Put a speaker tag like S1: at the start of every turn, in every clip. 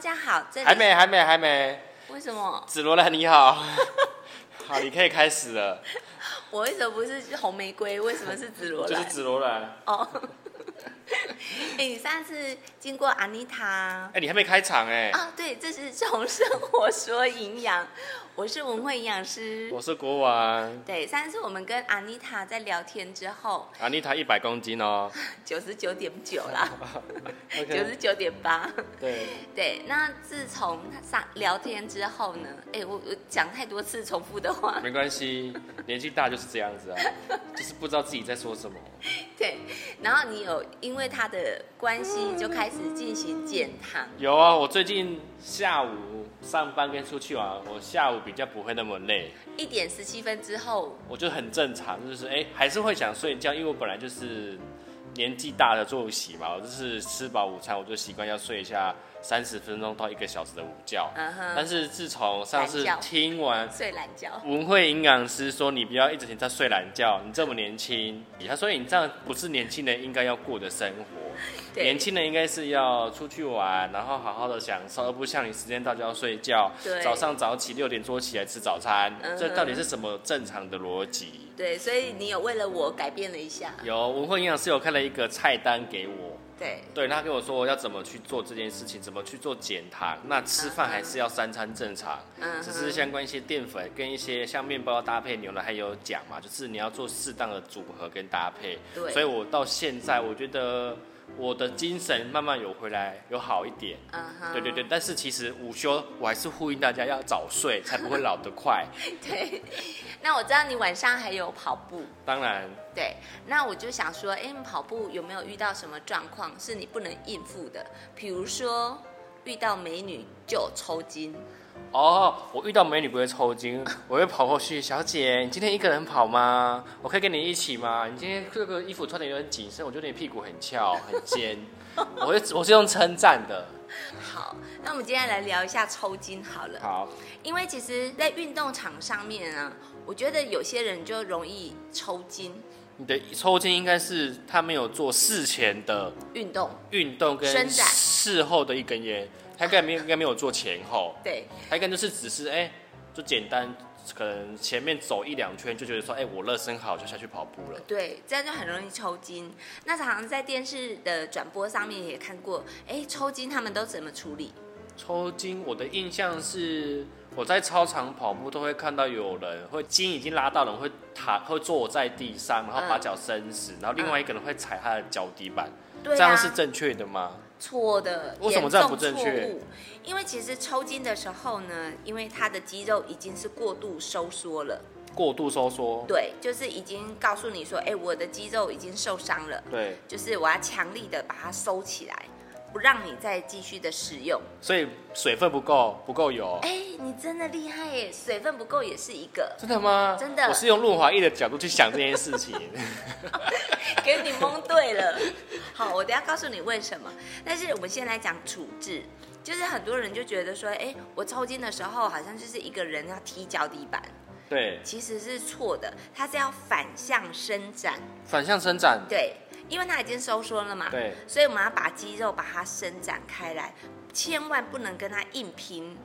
S1: 家好，这里
S2: 还没，还没，还没。
S1: 为什么
S2: 紫罗兰你好， 好，你可以开始了。
S1: 我为什么不是红玫瑰？为什么是紫罗
S2: 就是
S1: 兰？
S2: 紫罗兰。
S1: 哦， 哎、你上次经过安妮塔
S2: 哎、你还没开场哎、
S1: 啊？对，这是从生活说营养，我是文慧营养师。
S2: 我是国王，
S1: 对，上次我们跟安妮塔在聊天之后，
S2: 阿妮塔一百公斤哦。
S1: 九十九点九啦，九十
S2: OK，
S1: 九点八。
S2: 对，
S1: 对，那自从上聊天之后呢，哎、我我讲太多次重复的话，
S2: 没关系，年纪大就是这样子啊，就是不知道自己在说什么。
S1: 对，然后你有因为他的关系就开始进行减糖，
S2: 有啊，我最近下午上班跟出去玩，我下午比较不会那么累，
S1: 一点十七分之后，
S2: 我就很正常，就是哎、还是会想睡觉，因为我本来就是年纪大的作息嘛，我就是吃饱午餐我就习惯要睡一下三十分钟到一个小时的午觉。
S1: 嗯哼，
S2: 但是自从上次
S1: 懒觉
S2: 听完
S1: 睡懒觉，
S2: 文慧营养师说：“你不要一整天在睡懒觉，你这么年轻。”他说：“你这样不是年轻人应该要过的生活。
S1: 对
S2: 年轻人应该是要出去玩，然后好好的享受，而不像你时间到就要睡觉
S1: 对，
S2: 早上早起六点多起来吃早餐
S1: 嗯哼，
S2: 这到底是什么正常的逻辑？
S1: 对，所以你有为了我改变了一下，
S2: 有文慧营养师有开了一个菜单给我，
S1: 对，
S2: 对他跟我说要怎么去做这件事情，怎么去做减糖。那吃饭还是要三餐正常，
S1: 嗯
S2: 只是
S1: 哼，
S2: 相关一些淀粉跟一些像面包搭配牛奶，还有讲嘛，就是你要做适当的组合跟搭配。
S1: 对
S2: 所以我到现在我觉得我的精神慢慢有回来，有好一点。
S1: 嗯哼，
S2: 对对对，但是其实午休我还是呼吁大家要早睡，才不会老得快。
S1: 对。那我知道你晚上还有跑步，
S2: 当然，
S1: 对，那我就想说，哎，你跑步有没有遇到什么状况是你不能应付的？比如说遇到美女就抽筋，
S2: 哦，我遇到美女不会 抽筋，我会跑过去，小姐，你今天一个人跑吗？我可以跟你一起吗？你今天这个衣服穿的有点紧身，我觉得你屁股很翘很 尖，我会我是用称赞的。
S1: 好，那我们今天来聊一下抽筋好了。
S2: 好，
S1: 因为其实，在运动场上面啊，我觉得有些人就容易抽筋
S2: 你的抽筋应该是他没有做事前的
S1: 运动。
S2: 运动
S1: 伸
S2: 跟
S1: 展
S2: 事后的一根烟，他应该没有应该没有做前后，
S1: 对
S2: 他应该就是只是哎、就简单可能前面走一两圈就觉得说哎、我热身好就下去跑步了。
S1: 对，这样就很容易抽筋。那常常在电视的转播上面也看过，哎，抽筋他们都怎么处理？
S2: 抽筋，我的印象是我在操场跑步都会看到有人会筋已经拉到人会躺会坐在地上，然后把
S1: 嗯
S2: 脚伸直，然后另外一个人会踩他的脚底板，
S1: 对
S2: 这
S1: 啊，
S2: 样是正确的吗？
S1: 错的，
S2: 为什么这样不正确
S1: 严重错误？因为其实抽筋的时候呢，因为他的肌肉已经是过度收缩了，
S2: 过度收缩，
S1: 对，就是已经告诉你说，哎，我的肌肉已经受伤了，
S2: 对，
S1: 就是我要强力的把它收起来，不让你再继续的使用。
S2: 所以水分不够，不够油。
S1: 哎、你真的厉害耶！水分不够也是一个，
S2: 真的吗？
S1: 真的
S2: 我是用润滑液的角度去想这件事情。
S1: 给你蒙对了。好，我等一下告诉你为什么。但是我们先来讲处置，就是很多人就觉得说，哎、我抽筋的时候好像就是一个人要踢脚底板，
S2: 对，
S1: 其实是错的，它是要反向伸展，
S2: 反向伸展。
S1: 对，因为它已经收缩了嘛，
S2: 对，
S1: 所以我们要把肌肉把它伸展开来，千万不能跟它硬拼。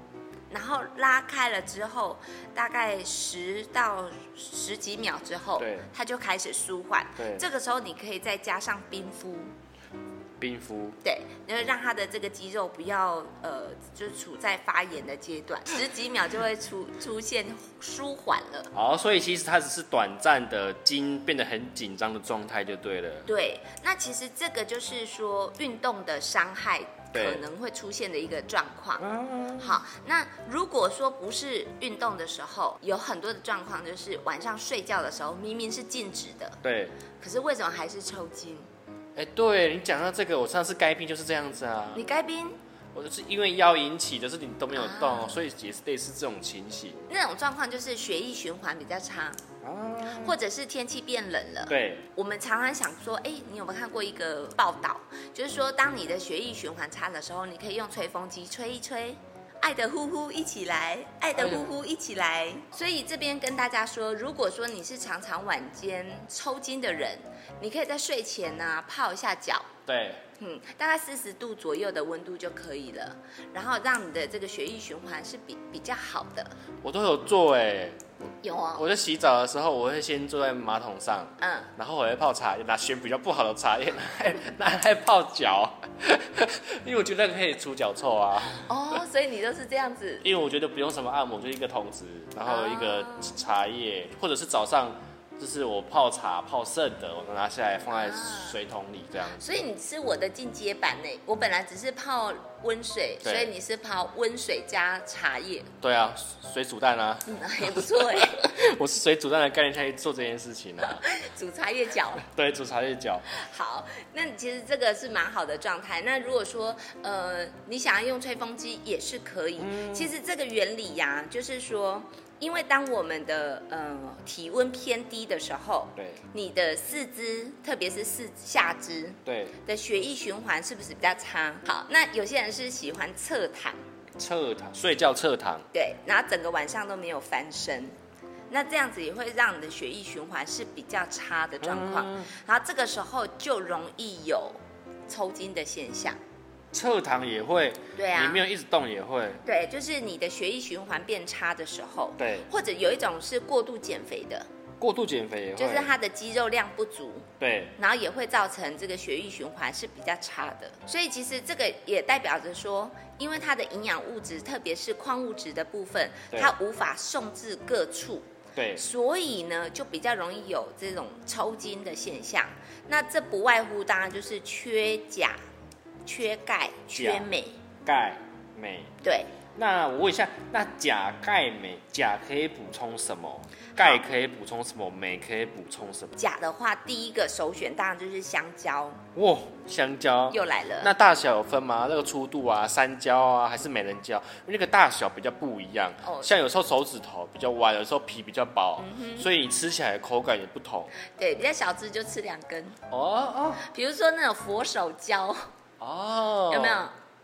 S1: 然后拉开了之后，大概十到十几秒之后
S2: 对，
S1: 它就开始舒缓。
S2: 对
S1: 这个时候你可以再加上冰敷，
S2: 冰敷。
S1: 对，然后让它的这个肌肉不要呃，就处在发炎的阶段，十几秒就会出出现舒缓了。
S2: 好，所以其实它只是短暂的筋变得很紧张的状态就对了。
S1: 对，那其实这个就是说运动的伤害
S2: 对嗯
S1: 可能会出现的一个状况。好，那如果说不是运动的时候，有很多的状况就是晚上睡觉的时候明明是静止的，
S2: 对，
S1: 可是为什么还是抽筋？
S2: 哎、对你讲到这个，我上次该病就是这样子啊。
S1: 你该冰
S2: 我就是因为腰引起的，是你都没有动，
S1: 啊
S2: 所以也是类似这种情形。
S1: 那种状况就是血液循环比较差，或者是天气变冷了。
S2: 哦对，
S1: 我们常常想说，哎，你有没有看过一个报道？就是说，当你的血液循环差的时候，你可以用吹风机吹一吹，啊，爱的呼呼一起来，爱的呼呼一起来。所以这边跟大家说，如果说你是常常晚间抽筋的人，你可以在睡前呢、啊泡一下脚，
S2: 对，
S1: 嗯，大概四十度左右的温度就可以了，然后让你的这个血液循环是比比较好的。
S2: 我都有做哎、
S1: 有哦，
S2: 我在洗澡的时候，我会先坐在马桶上，
S1: 嗯，
S2: 然后我会泡茶叶，拿选比较不好的茶叶 拿来泡脚， 因为我觉得那个可以除脚臭啊。
S1: 哦，所以你都是这样子，
S2: 因为我觉得不用什么按摩，就一个桶子，然后一个
S1: 啊
S2: 茶叶，或者是早上就是我泡茶泡剩的，我拿下来放在水桶里这样子。
S1: 所以你是我的进阶版呢。我本来只是泡温水，
S2: 对
S1: 所以你是泡温水加茶叶，
S2: 对啊，水煮蛋啊，
S1: 嗯，也不错哎，
S2: 我是水煮蛋的概念下去做这件事情啊。
S1: 煮茶叶脚。
S2: 对，煮茶叶脚，
S1: 好，那其实这个是蛮好的状态。那如果说呃你想要用吹风机也是可以，其实这个原理呀、就是说，因为当我们的呃体温偏低的时候，
S2: 对
S1: 你的四肢，特别是四下肢
S2: 对，
S1: 的血液循环是不是比较差？好，那有些人是喜欢侧躺，
S2: 侧躺睡觉侧躺，
S1: 对，然后整个晚上都没有翻身。那这样子也会让你的血液循环是比较差的状况，
S2: 嗯
S1: 然后这个时候就容易有抽筋的现象。
S2: 侧躺也会，
S1: 对啊
S2: 你没有一直动也会，
S1: 对，就是你的血液循环变差的时候，
S2: 对，
S1: 或者有一种是过度减肥的，
S2: 过度减肥也会，
S1: 就是它的肌肉量不足，
S2: 对
S1: 然后也会造成这个血液循环是比较差的。所以其实这个也代表着说，因为它的营养物质，特别是矿物质的部分，
S2: 对
S1: 它无法送至各处。
S2: 对
S1: 所以呢，就比较容易有这种抽筋的现象。那这不外乎当然就是缺钾、缺钙、缺
S2: 钾
S1: 镁。
S2: 钙镁。
S1: 对，
S2: 那我问一下，那钾钙镁，钾可以补充什么？钙可以补充什么？镁可以补充什么？
S1: 钾的话，第一个首选当然就是香蕉，
S2: 哇，香蕉。
S1: 又来了。
S2: 哦那大小有分吗？那个粗度啊，山椒啊，还是美人蕉？因为那个大小比较不一样。
S1: 哦嗯
S2: 像有时候手指头比较弯，有时候皮比较薄，所以你吃起来的口感也不同。
S1: 对，比较小只就吃两根，
S2: 哦
S1: 比如说那种佛手蕉，
S2: 哦哦，
S1: 有没？有？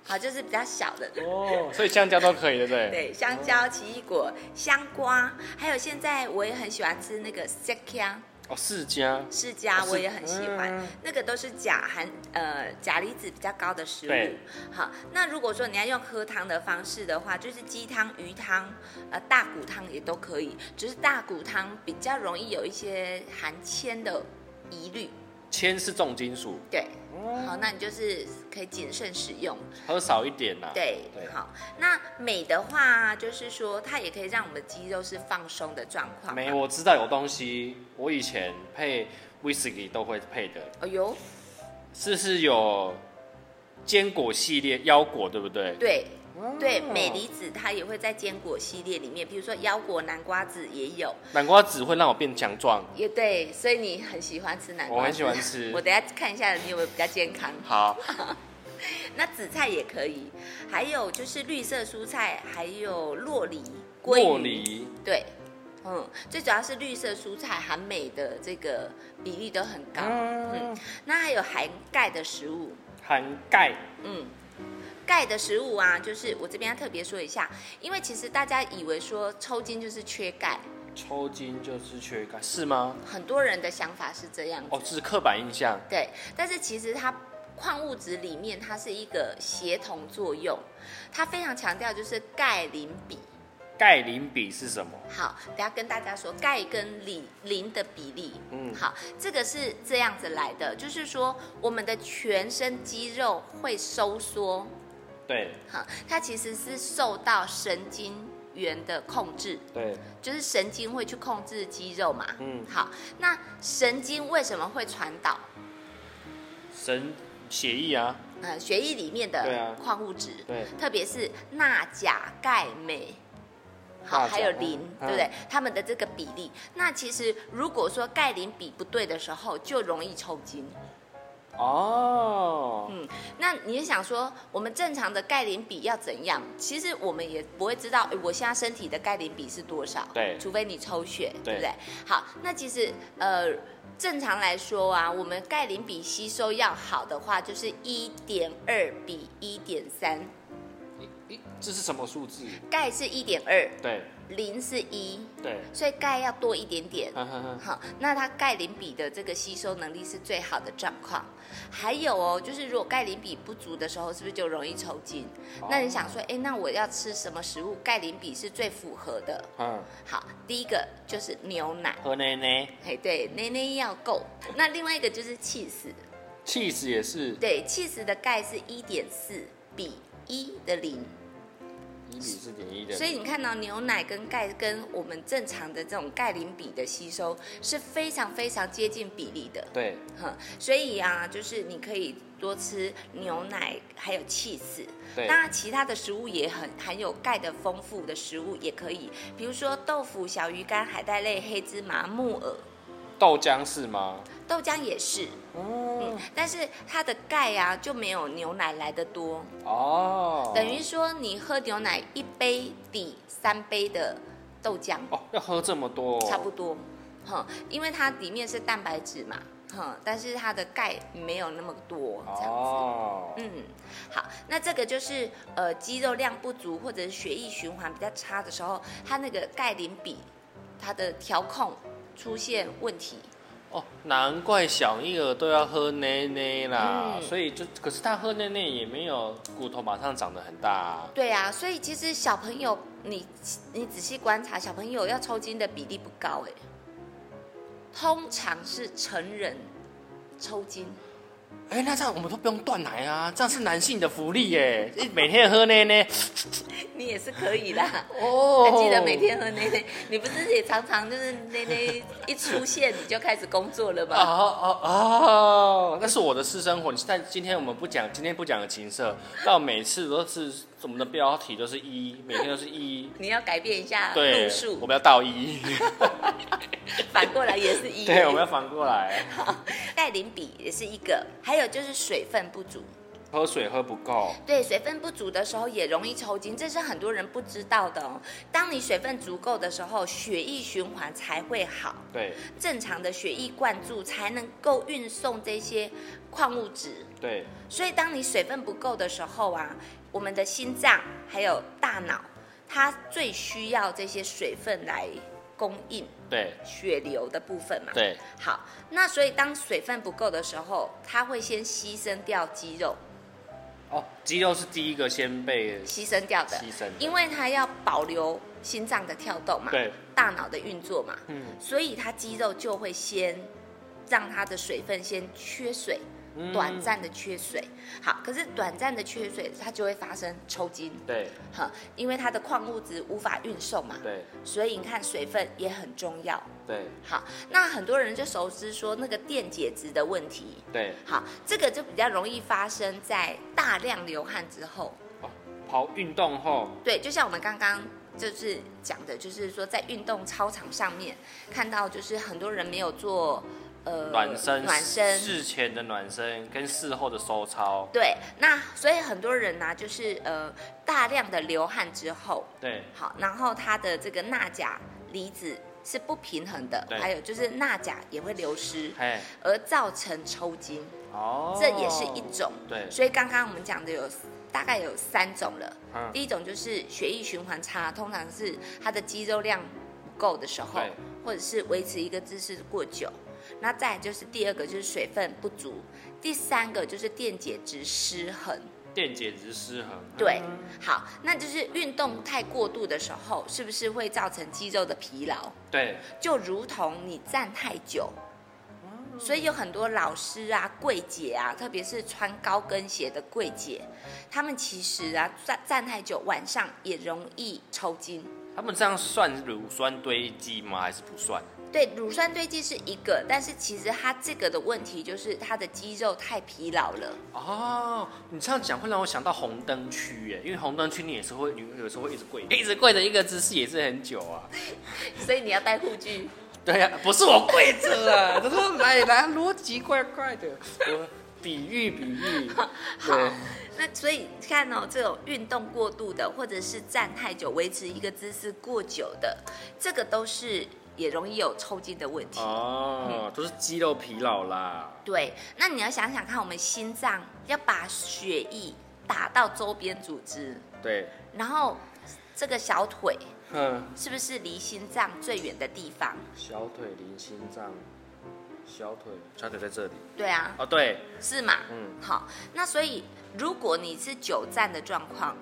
S1: 好，就是比较小的。
S2: 哦，所以香蕉都可以，对不对？
S1: 对，香蕉、奇异果、香瓜，还有现在我也很喜欢吃那个 s e k a
S2: 哦，释迦。
S1: 释迦
S2: 哦是
S1: 我也很喜欢，
S2: 嗯
S1: 那个都是钾含呃钾离子比较高的食
S2: 对
S1: 物。好，那如果说你要用喝汤的方式的话，就是鸡汤、鱼汤、呃大骨汤也都可以，只是大骨汤比较容易有一些含铅的疑虑。
S2: 铅是重金属，
S1: 对，
S2: 哦
S1: 好，那你就是可以谨慎使用。
S2: 喝少一点呐、
S1: 对，
S2: 对
S1: 好。那镁的话，就是说它也可以让我们的肌肉是放松的状况。
S2: 没，，我知道有东西，我以前配威士忌都会配的，
S1: 哎呦，
S2: 是是有坚果系列腰果，对不对？
S1: 对，对，
S2: 哦
S1: 镁离子它也会在坚果系列里面，比如说腰果、南瓜子也有，
S2: 南瓜籽会让我变强壮。
S1: 也对，所以你很喜欢吃南瓜子。
S2: 我很喜欢吃
S1: 我等一下看一下你有没有比较健康。
S2: 好，
S1: 那紫菜也可以，还有就是绿色蔬菜，还有洛梨、鲑鱼
S2: 洛。梨
S1: 对，嗯，最主要是绿色蔬菜含镁的这个比例都很高。嗯
S2: 嗯，
S1: 那还有含钙的食物，
S2: 含钙，
S1: 嗯，钙的食物啊，就是我这边要特别说一下，因为其实大家以为说抽筋就是缺钙，
S2: 抽筋就是缺钙，是吗？
S1: 很多人的想法是这样子，
S2: 哦，这是刻板印象。
S1: 对，但是其实它。矿物质里面它是一个协同作用，它非常强调就是钙磷比。
S2: 钙磷比是什么？
S1: 好，等一下跟大家说钙跟磷磷的比例。嗯，
S2: 嗯
S1: 好，这个是这样子来的，就是说我们的全身肌肉会收缩，
S2: 对
S1: 哈，它其实是受到神经元的控制，
S2: 对，
S1: 就是神经会去控制肌肉嘛。
S2: 嗯
S1: 好，那神经为什么会传导？
S2: 神血液啊，
S1: 呃，血液里面
S2: 对
S1: 的
S2: 啊
S1: 矿物质，
S2: 对
S1: 特别是钠、钾、钙、镁，好，
S2: 钠
S1: 还有
S2: 钾
S1: 磷，
S2: 嗯
S1: 对不对？它们的这个比例，那其实如果说钙磷比不对的时候，就容易抽筋。
S2: 哦，
S1: 嗯，那你也想说，我们正常的钙磷比要怎样？其实我们也不会知道，诶我现在身体的钙磷比是多少，
S2: 对
S1: 除非你抽血，对
S2: 对
S1: 不对？好，那其实呃，正常来说啊，我们钙磷比吸收要好的话，就是一点二比一点三，
S2: 一一这是什么数字？
S1: 钙是一点二，
S2: 对
S1: 磷是一，
S2: 对，嗯
S1: 所以钙要多一点点。
S2: 哈哈哈，
S1: 好，那它钙磷比的这个吸收能力是最好的状况。还有哦，就是如果钙磷比不足的时候，是不是就容易抽筋？那你想说，哎，那我要吃什么食物钙磷比是最符合的？
S2: 嗯，
S1: 好，第一个就是牛奶，
S2: 喝奶奶
S1: 哎，对，奶奶要够。那另外一个就是气死，
S2: ，cheese 也是
S1: 对，气死的钙是一点四比一的磷。
S2: 一比四点一的，
S1: 所以你看到牛奶跟钙跟我们正常的这种钙磷比的吸收是非常非常接近比例的，
S2: 对，
S1: 哼，所以啊，就是你可以多吃牛奶，还有 cheese。
S2: 对
S1: 那其他的食物也很含有钙的丰富的食物也可以，比如说豆腐、小鱼干、海带类、黑芝麻、木耳、
S2: 豆浆是吗？
S1: 豆浆也是。嗯
S2: 哦，
S1: 但是它的钙啊就没有牛奶来的多，
S2: 哦，
S1: 等于说你喝牛奶一杯抵三杯的豆浆。
S2: 哦，要喝这么多哦，
S1: 差不多，哼，因为它里面是蛋白质嘛，哼，但是它的钙没有那么多，这样子。
S2: 哦，
S1: 嗯，好，那这个就是呃肌肉量不足或者是血液循环比较差的时候，它那个钙磷比它的调控出现问题。
S2: 哦，难怪小婴儿都要喝奶奶啦，
S1: 嗯
S2: 所以就可是他喝奶奶也没有骨头马上长得很大、啊，
S1: 对啊，所以其实小朋友你你仔细观察，小朋友要抽筋的比例不高哎，通常是成人抽筋。
S2: 哎、那这样我们都不用断奶啊，这样是男性的福利耶！一 每天喝奶奶，
S1: 你也是可以啦，
S2: 哦
S1: 哎还记得每天喝奶奶，你不是也常常就是奶奶一出现你就开始工作了
S2: 哦
S1: 吗？
S2: 哦哦，那是我的私生活。但今天我们不讲，今天不讲情色，到每次都是我们的标题都是一，每天都是一，
S1: 你要改变一下
S2: 对
S1: 啊路，
S2: 我
S1: 数，
S2: 们要倒一，
S1: 反过来也是一。
S2: 对，我们要反过来，
S1: 钙磷比也是一个，还有就是水分不足。
S2: 喝水喝不够，
S1: 对，水分不足的时候也容易抽筋，这是很多人不知道的哦。当你水分足够的时候，血液循环才会好，
S2: 对
S1: 正常的血液灌注才能够运送这些矿物质。
S2: 对，
S1: 所以，当你水分不够的时候啊，我们的心脏还有大脑，它最需要这些水分来供应
S2: 对
S1: 血流的部分嘛。。
S2: 对，
S1: 好，那所以当水分不够的时候，它会先牺牲掉肌肉，
S2: 哦，肌肉是第一个先被
S1: 牺牲掉的，
S2: 牺牲的，
S1: 因为它要保留心脏的跳动嘛，
S2: 对，
S1: 大脑的运作嘛，
S2: 嗯
S1: 所以它肌肉就会先让它的水分先缺水。
S2: 嗯
S1: 短，暂的缺水，好，可是短暂的缺水，它就会发生抽筋，
S2: 对
S1: 哈，因为它的矿物质无法运送嘛，
S2: 对
S1: 所以你看水分也很重要。
S2: 对
S1: 好，那很多人就熟知说那个电解质的问题，
S2: 对，
S1: 好，这个就比较容易发生在大量流汗之后，
S2: 哦跑运动后，
S1: 对，就像我们刚刚。就是讲的，就是说在运动操场上面看到，就是很多人没有做呃
S2: 暖身、
S1: 暖身
S2: 事前的暖身跟事后的收操，
S1: 对，那所以很多人呢、就是呃大量的流汗之后，
S2: 对
S1: 好，然后它的这个钠钾离子是不平衡的，
S2: 对
S1: 还有就是钠钾也会流失，
S2: 哎，
S1: 而造成抽筋，
S2: 哦，
S1: 这也是一种。
S2: 对，
S1: 所以刚刚我们讲的有大概有三种了，
S2: 嗯，
S1: 第一种就是血液循环差，通常是它的肌肉量不够的时候
S2: 对，
S1: 或者是维持一个姿势过久。那再来就是第二个就是水分不足，第三个就是电解质失衡。
S2: 电解质失衡，
S1: 对，好，那就是运动太过度的时候，是不是会造成肌肉的疲劳？
S2: 对，
S1: 就如同你站太久，所以有很多老师啊、柜姐啊，特别是穿高跟鞋的柜姐，他们其实啊站站太久，晚上也容易抽筋。
S2: 他们这样算乳酸堆积吗？还是不算？
S1: 对，乳酸堆积是一个，但是其实它这个的问题就是它的肌肉太疲劳了。
S2: 哦，你这样讲会让我想到红灯区耶，因为红灯区你也是会，你有时候会一直跪，一直跪的一个姿势也是很久啊。
S1: 所以你要戴护具。
S2: 对呀、不是我跪着 啊，他说来来，逻辑怪怪的，我比喻比 喻，对，
S1: 那所以你看哦，这种运动过度的，或者是站太久、维持一个姿势过久的，这个都是也容易有抽筋的问题。
S2: 哦，都是肌肉疲劳啦，
S1: 对，那你要想想看，我们心脏要把血液打到周边组织，
S2: 对，
S1: 然后这个小腿
S2: 嗯，
S1: 是不是离心脏最远的地方？
S2: 小腿离心脏，小腿，小腿在这里。
S1: 对啊，
S2: 哦，对，
S1: 是嘛？
S2: 嗯，
S1: 好，那所以如果你是久站的状况，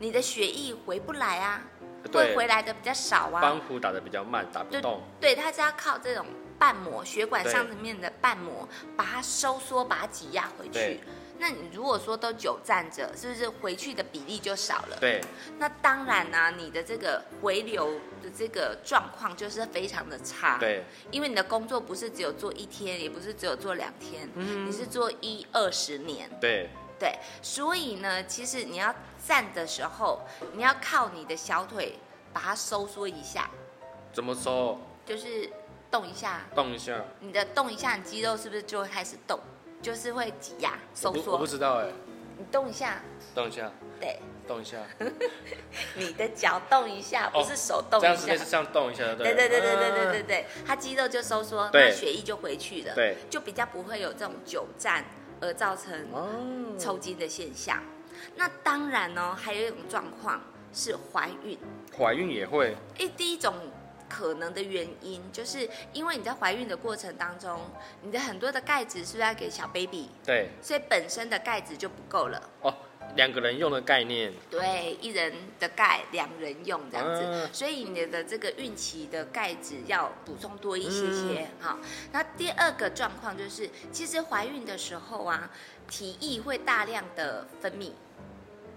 S1: 你的血液回不来啊，会
S2: 对，
S1: 回来的比较少啊
S2: 帮。扶打的比较慢，打不
S1: 对
S2: 动。
S1: 对，它是要靠这种瓣膜血管
S2: 对
S1: 上面的瓣膜把它收缩，把它挤压回去
S2: 对。
S1: 那你如果说都久站着，是不是回去的比例就少了？
S2: 对，
S1: 那当然啦、你的这个回流的这个状况就是非常的差。，
S2: 对，
S1: 因为你的工作不是只有做一天，也不是只有做两天，
S2: 嗯
S1: 你是做一二十年。
S2: 对，
S1: 对，所以呢，其实你要站的时候，你要靠你的小腿把它收缩一下，
S2: 怎么收？
S1: 就是动一下，
S2: 动一下。
S1: 你的动一下，你肌肉是不是就会开始动？就是会挤压、收
S2: 我不我不
S1: 缩。
S2: 知道哎、
S1: 你动一下，
S2: 动一下，
S1: 对，
S2: 动 一下，
S1: 你的脚动一下，
S2: 哦
S1: 不是手动
S2: 这样
S1: 一
S2: 子
S1: 下
S2: 类。似这样动一下的，
S1: 对
S2: 对
S1: 对
S2: 了
S1: 对对对对对
S2: 啊
S1: 对，它肌肉就收缩，
S2: 对
S1: 那血液就回去了，
S2: 对，
S1: 就比较不会有这种久站而造成
S2: 哦，
S1: 抽筋的现象。那当然呢，还有一种状况是怀孕。
S2: 怀孕也会，
S1: 诶，第一种可能的原因，就是因为你在怀孕的过程当中，你的很多的钙质是不是要给小 baby，
S2: 对，
S1: 所以本身的钙质就不够了。
S2: 哦，两个人用的概念，
S1: 对，一人的钙两人用这样子，
S2: 嗯
S1: 所以你的这个孕期的钙质要补充多一些些
S2: 嗯
S1: 哈、那第二个状况就是，其实怀孕的时候啊，体液会大量的分泌，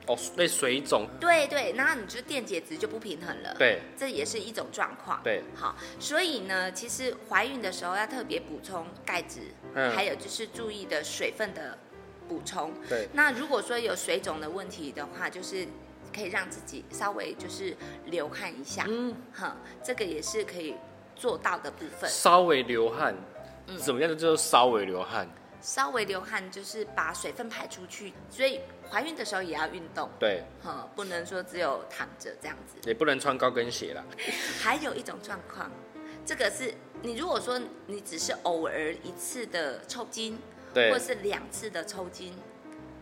S2: 哦，类水肿，
S1: 对对，然后你就电解质就不平衡了，，
S2: 对，
S1: 这也是一种状况。
S2: 对，
S1: 好，所以呢，其实怀孕的时候要特别补充钙质，
S2: 嗯
S1: 还有就是注意的水分的补充。
S2: 对，
S1: 那如果说有水肿的问题的话，就是可以让自己稍微就是流汗一下，
S2: 嗯，
S1: 哈、这个也是可以做到的部分。
S2: 稍微流汗，
S1: 嗯
S2: 怎么样叫做稍微流汗？
S1: 稍微流汗就是把水分排出去，所以怀孕的时候也要运动，
S2: 对，
S1: 哈，不能说只有躺着这样子。
S2: 也不能穿高跟鞋啦，
S1: 还有一种状况，这个是你如果说你只是偶尔一次的抽筋，
S2: 对
S1: 或，是两次的抽筋，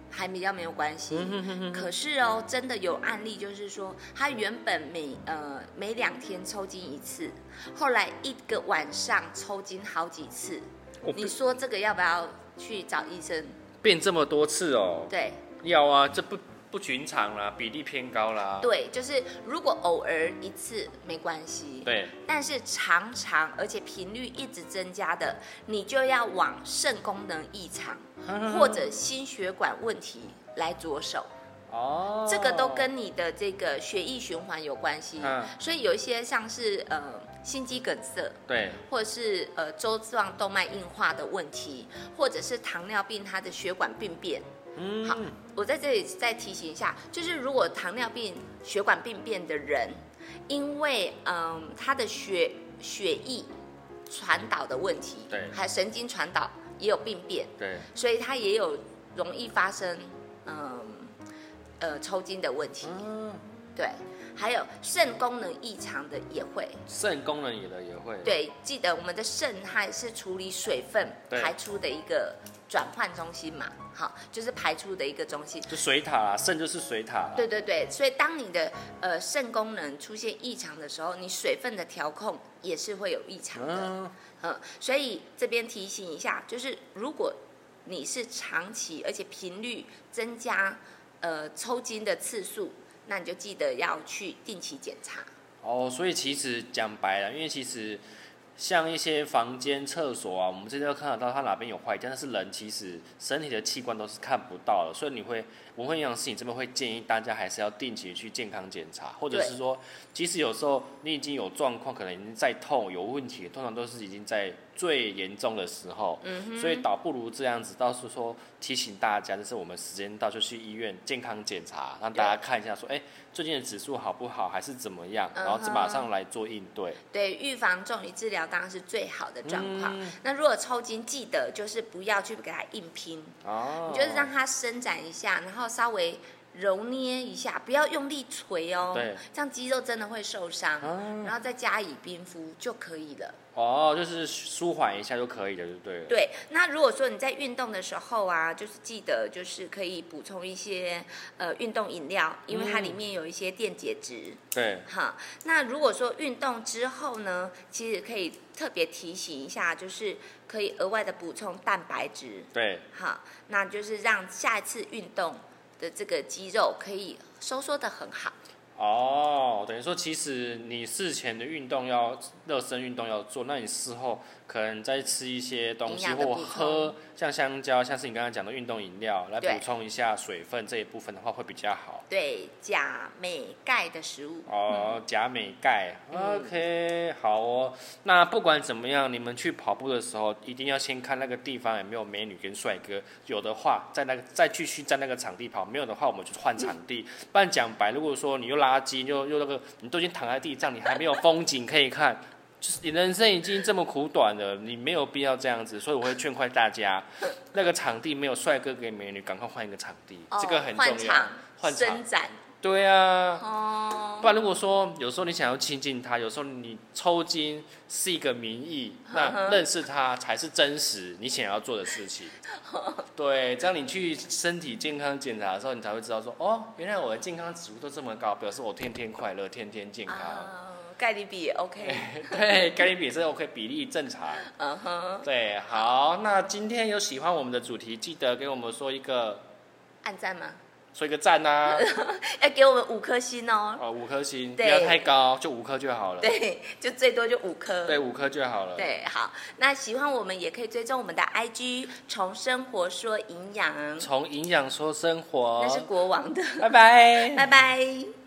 S1: 还比较没有关系。
S2: 嗯哼哼哼
S1: 可是哦，真的有案例，就是说他原本每呃每两天抽筋一次，后来一个晚上抽筋好几 次。
S2: 我
S1: 你说这个要不要去找医生？
S2: 变这么多次哦，
S1: 对
S2: 要啊，这不不寻常啦，比例偏高啦，
S1: 对，就是如果偶尔一次没关系，
S2: 对，
S1: 但是常常而且频率一直增加的，你就要往肾功能异常或者心血管问题来着手。
S2: 哦，
S1: 这个都跟你的这个血液循环有关系。
S2: 嗯
S1: 所以有一些像是呃心肌梗塞，
S2: 对
S1: 或者是呃周状动脉硬化的问题，或者是糖尿病它的血管病变。嗯，好，我在这里再提醒一下，就是如果糖尿病血管病变的人，因为嗯、他的血血液传导的问题，
S2: 对
S1: 还有神经传导也有病变，
S2: 对，
S1: 所以它也有容易发生嗯呃抽筋的问题，
S2: 嗯，
S1: 对，还有肾功能异常的也会。
S2: 肾功能也的也会，
S1: 对，记得我们的肾它是处理水分
S2: 对
S1: 排出的一个转换中心嘛，好，就是排出的一个中心。
S2: 就水塔啦，肾就是水塔啦，
S1: 对对对，所以当你的呃肾功能出现异常的时候，你水分的调控也是会有异常的。
S2: 嗯，
S1: 嗯，所以这边提醒一下，就是如果你是长期而且频率增加，呃，抽筋的次数，那你就记得要去定期检查。
S2: 哦，所以其实讲白了，因为其实像一些房间、厕所啊，我们这些都看得到它哪边有坏掉，但是人其实身体的器官都是看不到的，所以你会文慧营养师你这边会建议大家还是要定期去健康检查，或者
S1: 对
S2: 是说，即使有时候你已经有状况，可能已经在痛有问题，通常都是已经在最严重的时候，嗯、所以倒不如这样子，到时候说提醒大家，就是我们时间到就去医院健康检查，让大家看一下说，哎、最近的指数好不好，还是怎么样，
S1: 嗯
S2: 然后这马上来做应对。
S1: 对，预防重于治疗当然是最好的状况。
S2: 嗯
S1: 那如果抽筋，记得就是不要去给它硬拼，
S2: 哦，
S1: 你就是让它伸展一下，然后稍微揉捏一下，不要用力捶哦，
S2: 对
S1: 这样肌肉真的会受伤，
S2: 啊
S1: 然后再加以冰敷就可以了。
S2: 哦，就是舒缓一下就可以了，就对了。
S1: 对，那如果说你在运动的时候啊，就是记得就是可以补充一些呃运动饮料，因
S2: 嗯
S1: 为它里面有一些电解质。
S2: 对，
S1: 哈，那如果说运动之后呢，其实可以特别提醒一下，就是可以额外的补充蛋白质，
S2: 对，
S1: 哈，那就是让下一次运动的这个肌肉可以收缩的很好。
S2: 哦，等于说其实你事前的运动要热身运动要做，那你事后可能再吃一些东
S1: 营
S2: 西
S1: 养的补
S2: 或喝像香蕉，像是你刚刚讲的运动饮料来
S1: 对
S2: 补充一下水分这一部分的话会比较好。
S1: 对，钾、镁、钙的食物。
S2: 哦，钾镁钙
S1: 嗯
S2: ，OK，好哦。那不管怎么样，你们去跑步的时候，一定要先看那个地方有没有美女跟帅哥，有的话在那个再继续在那个场地跑，没有的话我们就换场地。 不然讲白，如果说你又垃圾又又那个，你都已经躺在地上，你还没有风景可以看。就是你人生已经这么苦短了，你没有必要这样子，所以我会劝快 大家，那个场地没有帅哥跟美女，赶快换一个场地，
S1: 哦
S2: 这个很重
S1: 换
S2: 要
S1: 场。
S2: 换场
S1: 伸，展
S2: 对啊，
S1: 哦，
S2: 不然如果说有时候你想要亲近他，有时候你抽筋是一个名义，
S1: 嗯
S2: 那认识他才是真实你想要做的事 情。对，这样你去身体健康检查的时候，你才会知道说，哦，原来我的健康指数都这么高，表示我天天快乐，天天健康。
S1: 啊，钙离比也 OK，
S2: 对，钙离比是 OK，比例正常。
S1: 嗯哼，
S2: 对，好，那今天有喜欢我们的主题，记得给我们说一个
S1: 按赞吗？
S2: 说一个 赞呐、
S1: 要给我们五颗星哦，
S2: 哦，五颗星，不
S1: 对
S2: 要太高，就五颗就好了。
S1: 对，就最多就五颗，
S2: 对，五颗就好了。
S1: 对，好，那喜欢我们也可以追踪我们的 IG，从生活说营养，
S2: 从营养说生
S1: 那是
S2: 活，
S1: 国王的，
S2: 拜拜。
S1: 拜拜。